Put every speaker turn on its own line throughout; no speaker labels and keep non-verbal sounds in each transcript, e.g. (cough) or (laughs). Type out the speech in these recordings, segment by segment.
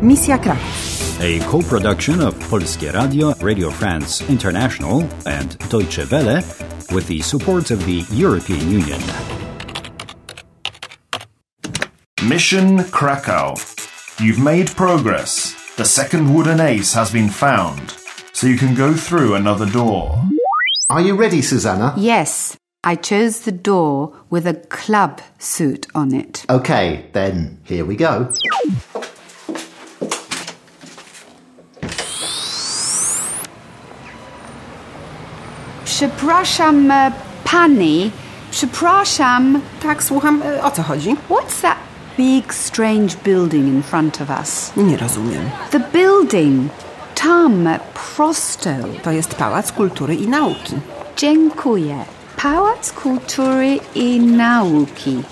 Misja Kraków.
a co-production of Polskie Radio, Radio France International, and Deutsche Welle, with the support of the European Union.
Mission Krakow. You've made progress. The second wooden ace has been found, so you can go through another door.
Are you ready, Susanna?
Yes, I chose the door with a club suit on it.
Okay, then here we go.
Przepraszam, e, pani. Przepraszam.
Tak, słucham, e, o co chodzi?
What's that big strange building in front of us?
Nie rozumiem.
The building. Tam prosto.
To jest Pałac Kultury i Nauki.
Dziękuję. Pałac Kultury i Nauki.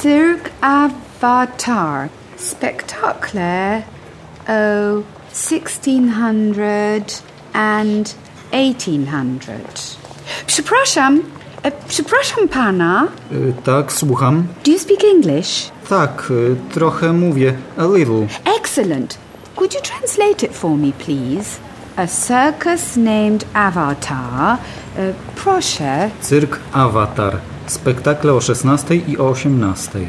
Cyrk Avatar. Spektakle o 1600 and 1800. Przepraszam, e, przepraszam pana.
Y, Tak, słucham.
Do you speak English?
Tak, y, trochę mówię. A little.
Excellent. Could you translate it for me, please? A circus named Avatar. Uh, proszę.
Cyrk Avatar. Spektakle o 16 i o 18.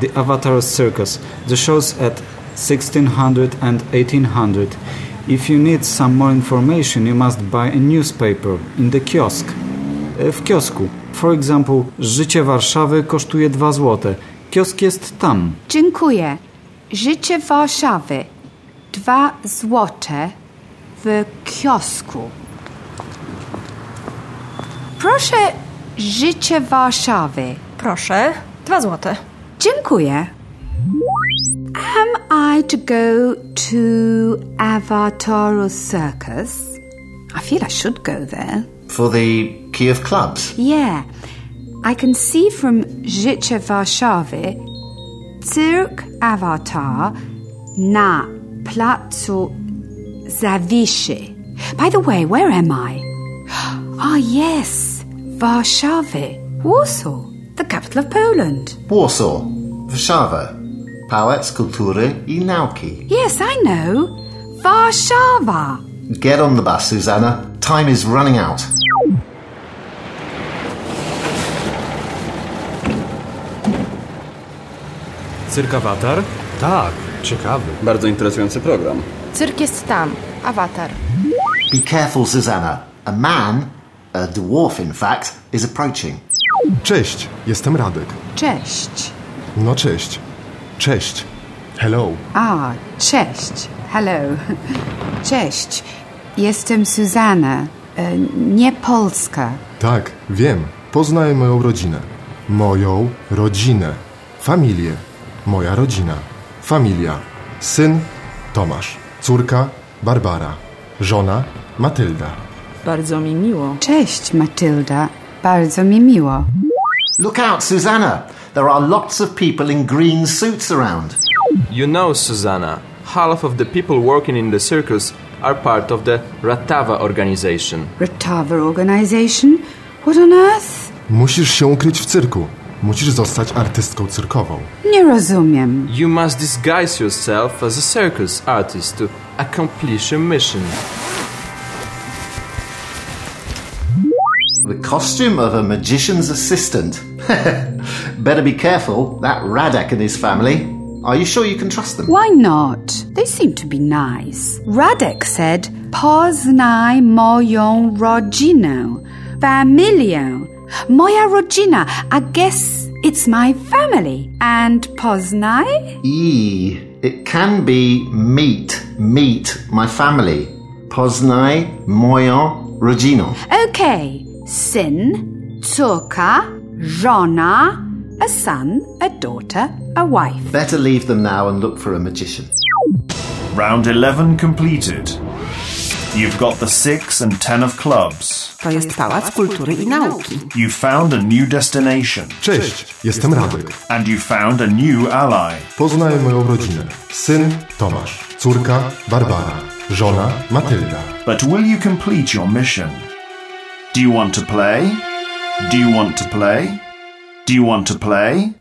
The Avatar Circus. The shows at 1600 and 1800. If you need some more information, you must buy a newspaper in the kiosk. E, W kiosku. For example, życie Warszawy kosztuje 2 złote. Kiosk jest tam.
Dziękuję. Życie Warszawy. Dwa złote w kiosku. Proszę życie Warszawy.
Proszę, dwa złote.
Dziękuję. Am I to go to Avatar Circus? I feel I should go there.
For the key of clubs.
Yeah, I can see from Życie Warszawy, Cyrk Avatar na Placu Zawiszy. By the way, where am I? (gasps) Ah, yes, Warszawy, Warsaw, the capital of Poland.
Warsaw, Warszawa, Pałac Kultury i Nauki.
Yes, I know, Warszawa.
Get on the bus, Susanna. Time is running out.
Cyrkawatar? Tak, ciekawy.
Bardzo interesujący program.
Cyrk jest tam. Awatar.
Be careful, Susanna. A man, a dwarf in fact, is approaching.
Cześć, jestem Radek.
Cześć.
No cześć. Cześć. Hello.
Ah, cześć. Hello. (laughs) Cześć. Jestem Suzana, e, nie Polska.
Tak, wiem. Poznaj moją rodzinę. Moją rodzinę. Familię. Moja rodzina. Familia. Syn Tomasz. Córka Barbara. Żona Matylda.
Bardzo mi miło.
Cześć, Matylda. Bardzo mi miło.
Look out, Susanna. There are lots of people in green suits around.
You know, Susanna, half of the people working in the circus are part of the Ratava organization.
Ratava Organization? What on earth?
Musisz się ukryć w cyrku. Musisz zostać artystką cyrkową.
Nie rozumiem.
You must disguise yourself as a circus artist to accomplish a mission.
The costume of a magician's assistant. (laughs) Better be careful, that Radak and his family. Are you sure you can trust them?
Why not? They seem to be nice. Radek said, Poznaj moją rodzinę, familię. Moja rodzina. I guess it's my family. And Poznaj?
E. It can be meet, meet my family. Poznaj moją rodziną.
Okay. Syn, córka, żona, a son, a daughter, a wife.
Better leave them now and look for a magician.
Round 11 completed. You've got the 6 and 10 of clubs.
To jest Pałac Kultury i Nauki.
You've found a new destination,
Cześć, jestem Radek.
and you've found a new ally.
Poznaj moją rodzinę. Syn Tomasz. Córka Barbara. Żona Matylda.
But will you complete your mission? Do you want to play? Do you want to play? Do you want to play?